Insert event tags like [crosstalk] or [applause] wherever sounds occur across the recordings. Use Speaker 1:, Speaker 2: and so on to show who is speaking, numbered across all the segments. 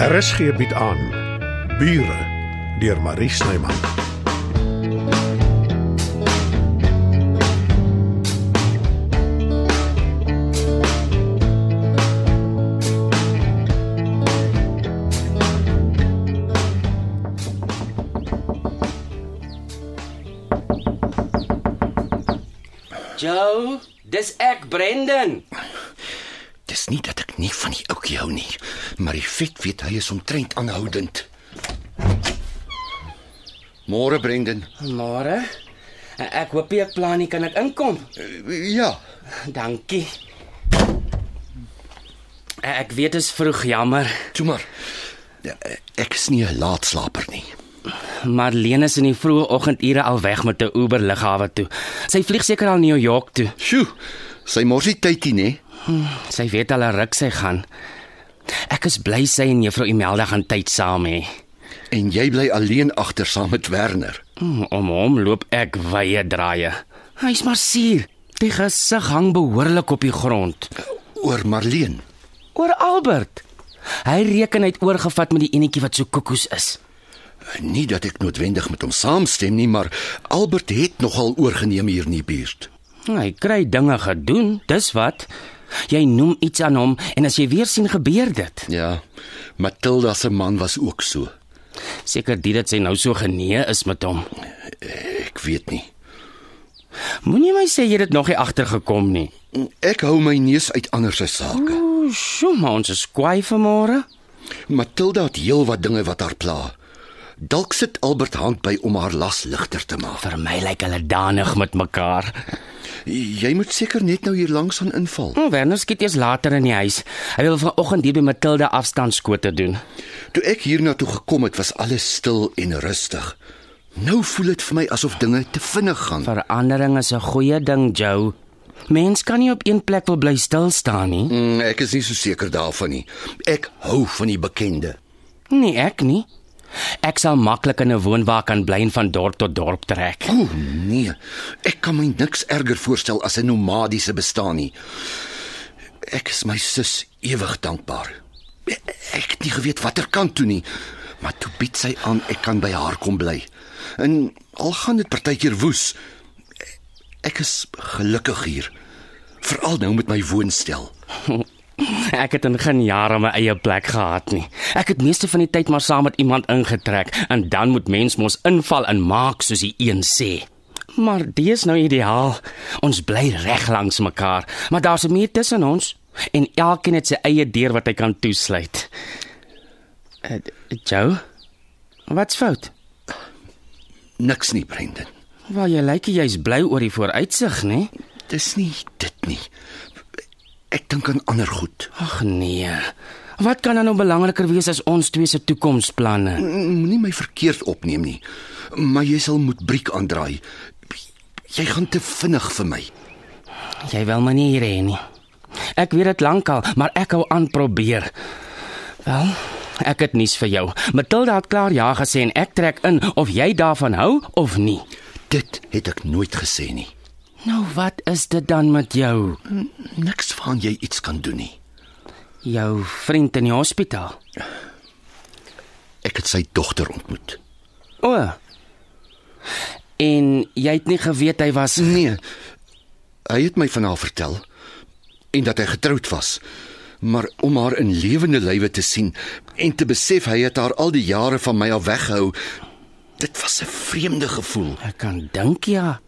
Speaker 1: RSG bied aan Bure deur Marie Snyman.
Speaker 2: Joe, dis ek, Brendan.
Speaker 3: Dis nie dat ek nie van die ouetjie hou nie, maar die vet weet hy is omtrent aanhoudend. Môre Brendan.
Speaker 2: Môre. Ek hoop jy plan nie kan ek inkom.
Speaker 3: Ja,
Speaker 2: Dankie. Ek weet dit is vroeg, jammer.
Speaker 3: toe maar. Ja, Ek is nie 'n laatslaper nie.
Speaker 2: Madeleine is in die vroeë oggendure al weg met 'n Uber lughawe toe. Sy vlieg seker al New York toe.
Speaker 3: Sjoe. Sy mors nie tydie nie.
Speaker 2: Sy weet al 'n ruk sy gaan. Ek is bly sy en Juffrou Imelda gaan tyd saam hê.
Speaker 3: En jy bly alleen agter saam met Werner.
Speaker 2: Hm, Om hom loop ek wye draaie. Hy's maar suur. Die gesig hang behoorlik op die grond.
Speaker 3: Oor Marleen.
Speaker 2: Oor Albert. Hy reken hy het oorgevat met die enetjie wat so koekoes is.
Speaker 3: Nie dat ek noodwendig met hom saamstem nie, maar Albert het nogal oorgeneem hier in die buurt.
Speaker 2: Hy kry dinge gedoen, dis wat. Jy noem iets aan hom en as jy weer sien gebeur dit.
Speaker 3: Ja. Matilda se man was ook so.
Speaker 2: Seker dit dat sy nou so genee is met hom.
Speaker 3: Ek weet nie.
Speaker 2: Moenie my sê jy het dit nog nie agtergekom nie.
Speaker 3: Ek hou my neus uit ander se sake.
Speaker 2: O, sjoe, maar ons is kwaai vanmôre.
Speaker 3: Matilda het heelwat dinge wat haar pla. Dalk sit Albert hand by om haar las ligter te maak.
Speaker 2: Vir my lyk hulle danig met mekaar.
Speaker 3: Jy moet seker net nou hier langs aan inval.
Speaker 2: O, Hm, Werner skiet eers later in die huis. Hy wil vanoggend hier by Matilda afstandskote doen.
Speaker 3: Toe ek hiernatoe gekom het, was alles stil en rustig. Nou voel dit vir my asof dinge te vinnig gaan.
Speaker 2: Verandering is 'n goeie ding, Joe. Mens kan nie op een plek wil bly stil staan nie.
Speaker 3: Mm, Ek is nie so seker daarvan nie. Ek hou van die bekende.
Speaker 2: Nee, ek nie. Ek sal maklik in 'n woonwa kan bly en van dorp tot dorp trek.
Speaker 3: [laughs] O nee, ek kan my niks erger voorstel as 'n nomadiese bestaan nie. Ek is my sus ewig dankbaar. Ek het nie geweet watter kant toe nie, maar toe bied sy aan ek kan by haar kom bly. En al gaan dit partykeer woes, ek is gelukkig hier. Veral nou met my woonstel.
Speaker 2: Ek het in geen jare my eie plek gehad nie. Ek het meeste van die tyd maar saam met iemand ingetrek en dan moet mens mos inval en maak soos die een sê. Maar dis nou ideaal. Ons bly reg langs mekaar, maar daar's 'n muur tussen ons en elkeen het sy eie deur wat hy kan toesluit. Uh, Joe, wat's fout?
Speaker 3: Niks nie, Brendan.
Speaker 2: Wel, jy lyk nie jy's bly oor die vooruitsig, nee? nê?
Speaker 3: Dis nie dit nie. Ek dink aan ander goed.
Speaker 2: Ag nee. Wat kan dan nou belangriker wees as ons twee se toekomsplanne?
Speaker 3: Moenie my verkeerd opneem nie. Maar jy sal moet briek aandraai. Jy gaan te vinnig vir my.
Speaker 2: Jy wil my nie hier hê nie. Ek weet dit lankal, maar ek hou aan probeer. Wel, ek het nuus vir jou. Matilda het klaar ja gesê en ek trek in of jy daarvan hou of nie.
Speaker 3: Dit het ek nooit gesê nie.
Speaker 2: Nou wat is dit dan met jou?
Speaker 3: Niks van jy iets kan doen nie.
Speaker 2: Jou vriend in die hospitaal.
Speaker 3: Ek het sy dogter ontmoet.
Speaker 2: O. En jy het nie geweet hy was
Speaker 3: Nee. Hy het my van haar vertel en dat hy getroud was. Maar om haar in lewende lywe te sien en te besef hy het haar al die jare van my af weggehou, dit was 'n vreemde gevoel.
Speaker 2: Ek kan dink ja.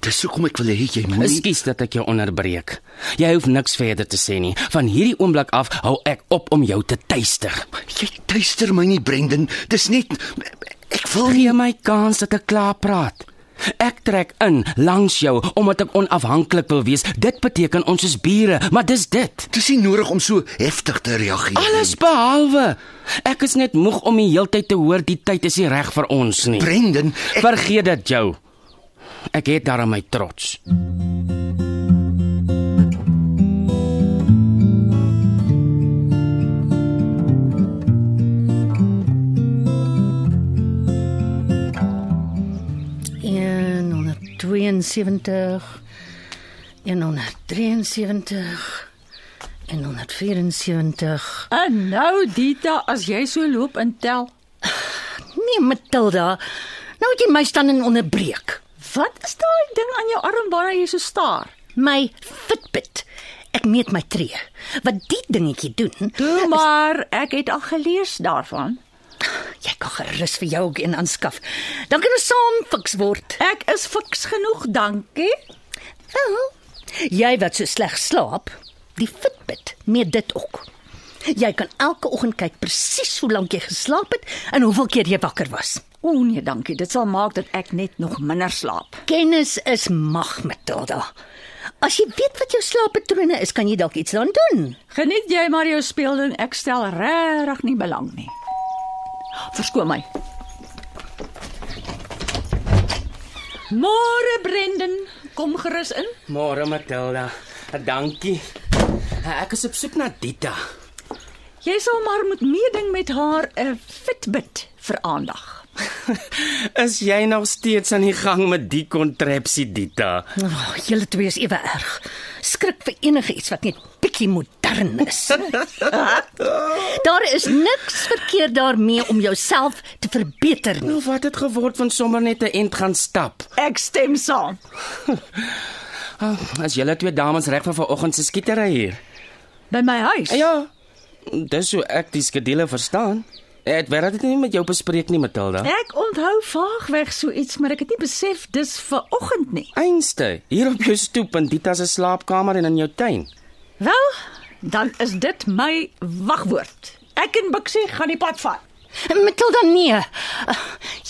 Speaker 3: Dis hoekom ek wil hê jy moet
Speaker 2: Ekskuus dat ek jou onderbreek. Jy hoef niks verder te sê nie. Van hierdie oomblik af hou ek op om jou te tuister.
Speaker 3: Jy tuister my nie, Brendan. Dis net ek wil nie
Speaker 2: Gee my kans dat ek klaar praat. Ek trek in langs jou omdat ek onafhanklik wil wees. Dit beteken ons is bure, maar dis dit.
Speaker 3: Dis nie nodig om so heftig te reageer. nie.
Speaker 2: Alles behalwe. Ek is net moeg om die heeltyd te hoor die tyd is nie reg vir ons nie.
Speaker 3: Brendan, ek,
Speaker 2: Vergeet dit, Jou. Ek het daarin my trots.
Speaker 4: En 172 173 en 174.
Speaker 5: En nou Dita, as jy so loop en tel,
Speaker 4: Nee, Matilda. Nou het jy my staan en onderbreek.
Speaker 5: wat is daai ding aan jou arm waarna jy so staar?
Speaker 4: My Fitbit. Ek meet my tree. Wat die dingetjie doen,
Speaker 5: Toe maar, ek het al gelees daarvan.
Speaker 4: jy kan gerus vir jou ook een aanskaf. Dan kan ons saam fiks word.
Speaker 5: Ek is fiks genoeg, dankie.
Speaker 4: Wel, jy wat so sleg slaap, die Fitbit meet dit ook. Jy kan elke oggend kyk presies hoe lank jy geslaap het en hoeveel keer jy wakker was.
Speaker 5: O nee, dankie. Dit sal maak dat ek net nog minder slaap.
Speaker 4: Kennis is mag, Matilda. As jy weet wat jou slaappatrone is, kan jy dalk iets daaraan doen.
Speaker 5: Geniet jy maar jou speelding. Ek stel regtig nie belang nie. Verskoon my. Môre Brendan, kom gerus in.
Speaker 2: Môre Matilda. Dankie. Ek is op soek na Dita.
Speaker 5: Jy sal maar moet meeding met haar 'n Fitbit vir aandag.
Speaker 2: Is jy nog steeds aan die gang met die kontrepsie Dita?
Speaker 4: Oh, julle twee is ewe erg. Skrik vir enige iets wat net bietjie modern is. [laughs] daar is niks verkeerd daarmee om jouself te verbeter nie.
Speaker 2: Nou wat het geword van sommer net 'n end gaan stap?
Speaker 5: Ek stem saam.
Speaker 2: Ah, As julle twee dames reg vir vanoggend se skietery hier.
Speaker 5: By my huis.
Speaker 2: Ja. Dis hoe ek die skedule verstaan. Ek weet dat dit nie met jou bespreek nie, Matilda.
Speaker 5: Ek onthou vaagweg so iets, maar ek het nie besef dis ver oggend nie.
Speaker 2: Einste, hier op jou stoep in Dita se slaapkamer en in jou tuin.
Speaker 5: Wel, dan is dit my wagwoord. Ek en Bixie gaan die pad vat.
Speaker 4: Matilda nee. Ah,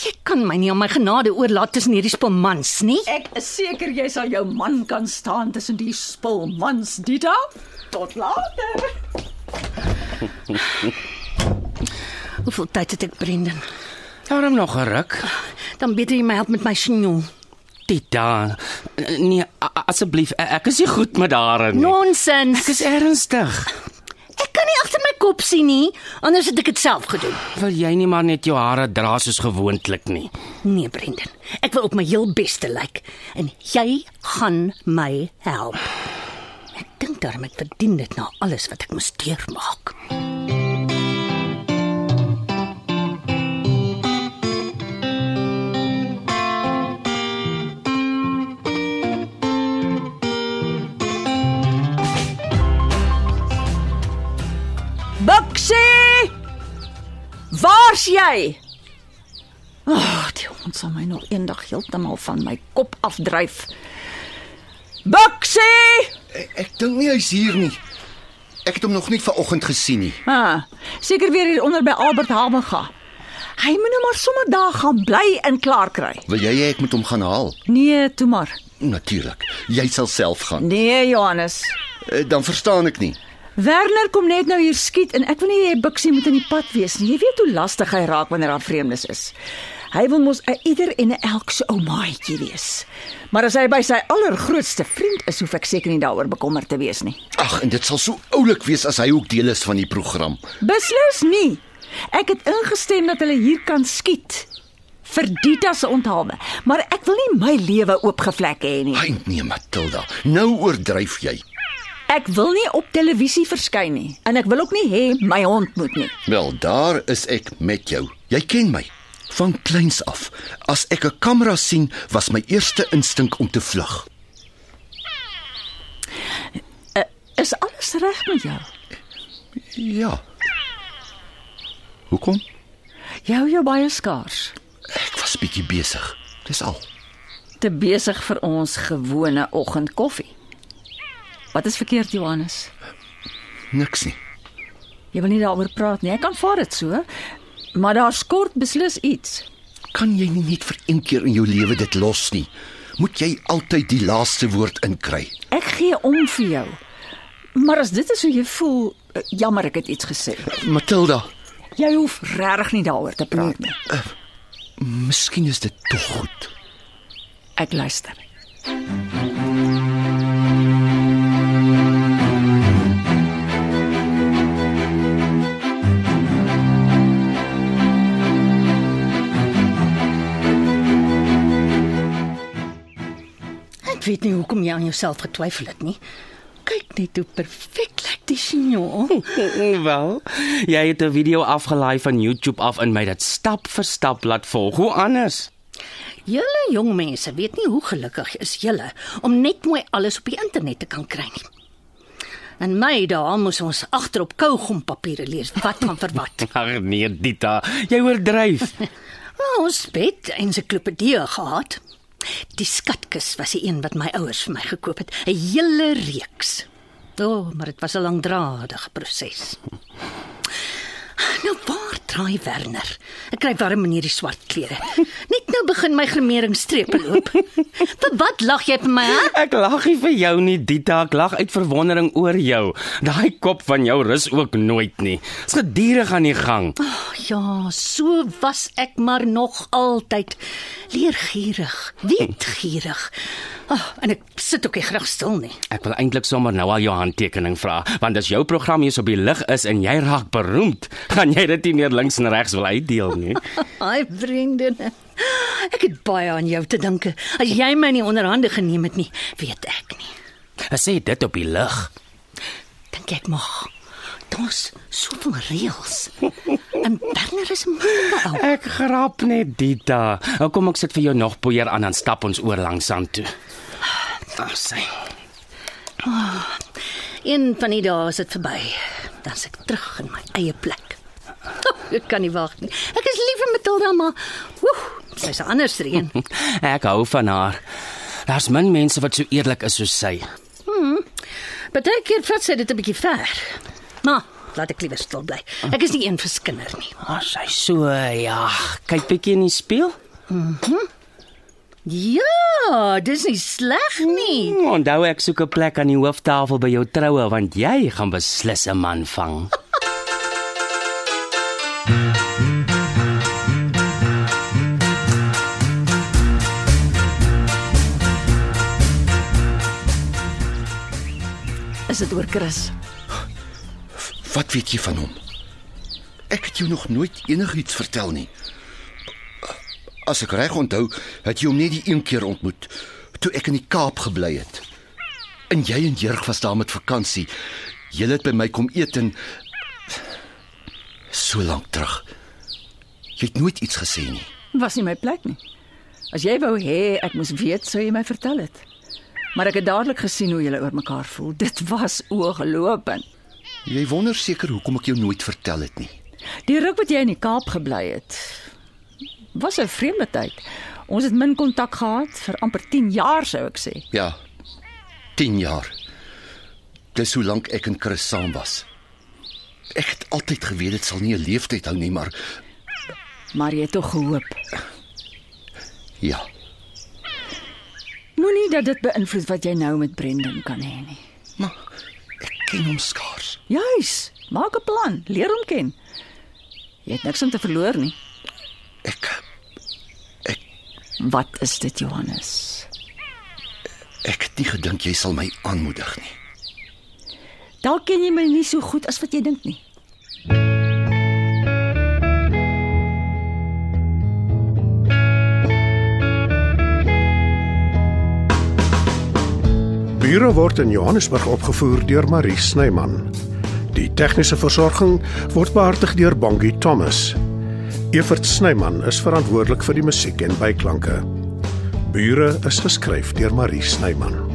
Speaker 4: Jy kan my nie aan my genade oorlaat tussen hierdie spulmans nie.
Speaker 5: Ek is seker jy sal jou man kan staan tussen die spulmans, Dita. Tot later.
Speaker 4: Hoeveel tyd het ek, Brendan?
Speaker 2: Daarom nog geruk.
Speaker 4: Dan beter jy my help met my chignon.
Speaker 2: Dita. Nee, a- a- asseblief, e- ek is nie goed met daarin nie.
Speaker 4: Nou. Nonsens.
Speaker 2: Ek is ernstig.
Speaker 4: Ek kan nie agter my kop sien nie, anders het ek dit self gedoen.
Speaker 2: Wil jy nie maar net jou hare dra soos gewoonlik nie?
Speaker 4: Nee, Brendan. Ek wil op my heel beste lyk en jy gaan my help. Ek dink daarom ek verdien dit na alles wat ek moes deurmaak.
Speaker 5: Bixie! Waar's jy? Ag, oh, die hond sal my nog eendag heeltemal van my kop afdryf. Bixie!
Speaker 3: Ek, ek dink nie hy's hier nie. Ek het hom nog nie vanoggend gesien nie.
Speaker 5: Ah, seker weer hier onder by Albert Hamega. Hy moet nou maar sommer daar gaan bly en klaar kry.
Speaker 3: Wil jy hê ek moet hom gaan haal?
Speaker 5: Nee, toe maar.
Speaker 3: Natuurlik. Jy sal self gaan.
Speaker 5: Nee, Johannes.
Speaker 3: Eh, Dan verstaan ek nie.
Speaker 5: Werner kom net nou hier skiet en ek wil nie hê Bixie moet in die pad wees nie. Jy weet hoe lastig hy raak wanneer daar vreemdes is. Hy wil mos 'n ieder en 'n elk se ou maatjie wees. Maar as hy by sy allergrootste vriend is, hoef ek seker nie daaroor bekommerd te wees nie.
Speaker 3: Ag, en dit sal so oulik wees as hy ook deel is van die program.
Speaker 5: Beslis nie. Ek het ingestem dat hulle hier kan skiet vir Dita se onthawe, maar ek wil nie my lewe oopgevlek hê nie.
Speaker 3: Hy nee, Matilda, nou oordryf jy.
Speaker 5: Ek wil nie op televisie verskyn nie en ek wil ook nie hê my hond moet nie.
Speaker 3: Wel, daar is ek met jou. Jy ken my van kleins af. As ek 'n kamera sien, was my eerste instink om te vlug.
Speaker 5: Is alles reg met jou?
Speaker 3: Ja. Hoekom?
Speaker 5: Jy hou jou baie skaars.
Speaker 3: Ek was bietjie besig. Dis al.
Speaker 5: Te besig vir ons gewone oggendkoffie. Wat is verkeerd, Johannes?
Speaker 3: Niks nie.
Speaker 5: Jy wil nie daaroor praat nie. Ek kan vaar dit so, maar daar skort beslis iets.
Speaker 3: Kan jy nie net vir een keer in jou lewe dit los nie? Moet jy altyd die laaste woord inkry?
Speaker 5: Ek gee om vir jou. Maar as dit is hoe jy voel, eh, jammer ek het iets gesê.
Speaker 3: Matilda,
Speaker 5: Jy hoef regtig nie daaroor te praat nie.
Speaker 3: miskien is dit tog goed.
Speaker 5: Ek luister.
Speaker 4: Ek weet nie hoekom jy aan jouself getwyfel het nie. Kyk net hoe perfek lyk Tishinyo.
Speaker 2: Mm, Wel, jy het 'n video afgelaai van YouTube af en my dit stap vir stap laat volg. Hoe anders?
Speaker 4: Julle jong mense weet nie hoe gelukkig is julle om net mooi alles op die internet te kan kry nie. En my dae moes ons agterop kougompapiere lees wat van vir wat.
Speaker 2: Ag nee, Dita, jy oordryf.
Speaker 4: Maar ons het ensiklopedieë gehad. Die skatkis was die een wat my ouers vir my gekoop het, 'n hele reeks. O, oh, maar dit was 'n langdradige proses. Nou waar draai Werner? Ek kry warm in hierdie swart klere. Net nou begin my grimeringsstrepe loop. vir wat lag jy vir my? Hè?
Speaker 2: [laughs] Ek lag nie vir jou nie, Dita, ek lag uit verwondering oor jou. Daai kop van jou rus ook nooit nie. Dit's gedurig aan die gang.
Speaker 4: Oh, ja, so was ek maar nog altyd leergierig, wietgierig. Oh, en ek sit ook nie graag stil nie.
Speaker 2: Ek wil eintlik sommer nou al jou handtekening vra, want as jou program hier so op die lig is en jy raak beroemd, [laughs] gaan jy dit nie meer links en regs wil uitdeel nie.
Speaker 4: Ai vriendinne. Ek het baie aan jou te danke. As jy my nie onderhande geneem het nie, weet ek nie.
Speaker 2: Ek sê dit op die lig.
Speaker 4: Dink ek mag. Daar's soveel reëls. En Werner is 'n moeilike ou.
Speaker 2: Ek grap net Dita. Nou kom ek sit vir jou nog poeier aan dan stap ons oor langs aan toe. Ag sê.
Speaker 4: Ah, Een van die dae is dit verby. Dan se ek terug in my eie plek. [laughs] Ek kan nie wag nie. Ek is lief vir Matilda, maar woe, sy's 'n ander streun.
Speaker 2: Ek hou van haar. Daar's min mense wat so eerlik is soos sy.
Speaker 4: Partykeer vat sy dit 'n bietjie ver. Maar laat ek liewer stil bly. Ek is nie een verskinder nie.
Speaker 2: Maar sy so ja, kyk bietjie in die spieël.
Speaker 4: Ja, dis nie sleg nie.
Speaker 2: Hmm, Onthou ek soek 'n plek aan die hooftafel by jou troue want jy gaan beslis 'n man vang.
Speaker 5: Is dit oor Chris?
Speaker 3: Wat weet jy van hom? Ek het jou nog nooit enigiets vertel nie. As ek reg onthou, het jy hom net die een keer ontmoet toe ek in die Kaap gebly het. En jy en Jurg was daar met vakansie. Julle het by my kom eet en so lank terug. Jy het nooit iets gesê nie.
Speaker 5: Was nie my plek nie. As jy wou hê ek moes weet, sou jy my vertel het. Maar ek het dadelik gesien hoe julle oor mekaar voel. Dit was ooglopend.
Speaker 3: Jy wonder seker hoekom ek jou nooit vertel het nie.
Speaker 5: Die ruk wat jy in die Kaap gebly het, was 'n vreemde tyd. Ons het min kontak gehad vir amper 10 jaar sou ek sê.
Speaker 3: Ja. 10 jaar. Dis hoe lank ek en Chris saam was. Ek het altyd geweet dit sal nie 'n leeftyd hou nie, maar
Speaker 5: Maar jy het tog gehoop.
Speaker 3: ja.
Speaker 5: Moenie dat dit beïnvloed wat jy nou met Brendan kan hê nie.
Speaker 3: Maar ek ken hom skaars.
Speaker 5: Juis, maak 'n plan, leer hom ken. Jy het niks om te verloor nie.
Speaker 3: Ek
Speaker 5: Wat is dit, Johannes?
Speaker 3: ek het nie gedink jy sal my aanmoedig nie.
Speaker 5: Dalk ken jy my nie so goed as wat jy dink nie.
Speaker 1: Bure word in Johannesburg opgevoer deur Marie Snyman. Die tegniese versorging word behartig deur Bongie Thomas. Evert Snyman is verantwoordelik vir die musiek en byklanke. Bure is geskryf deur Marie Snyman.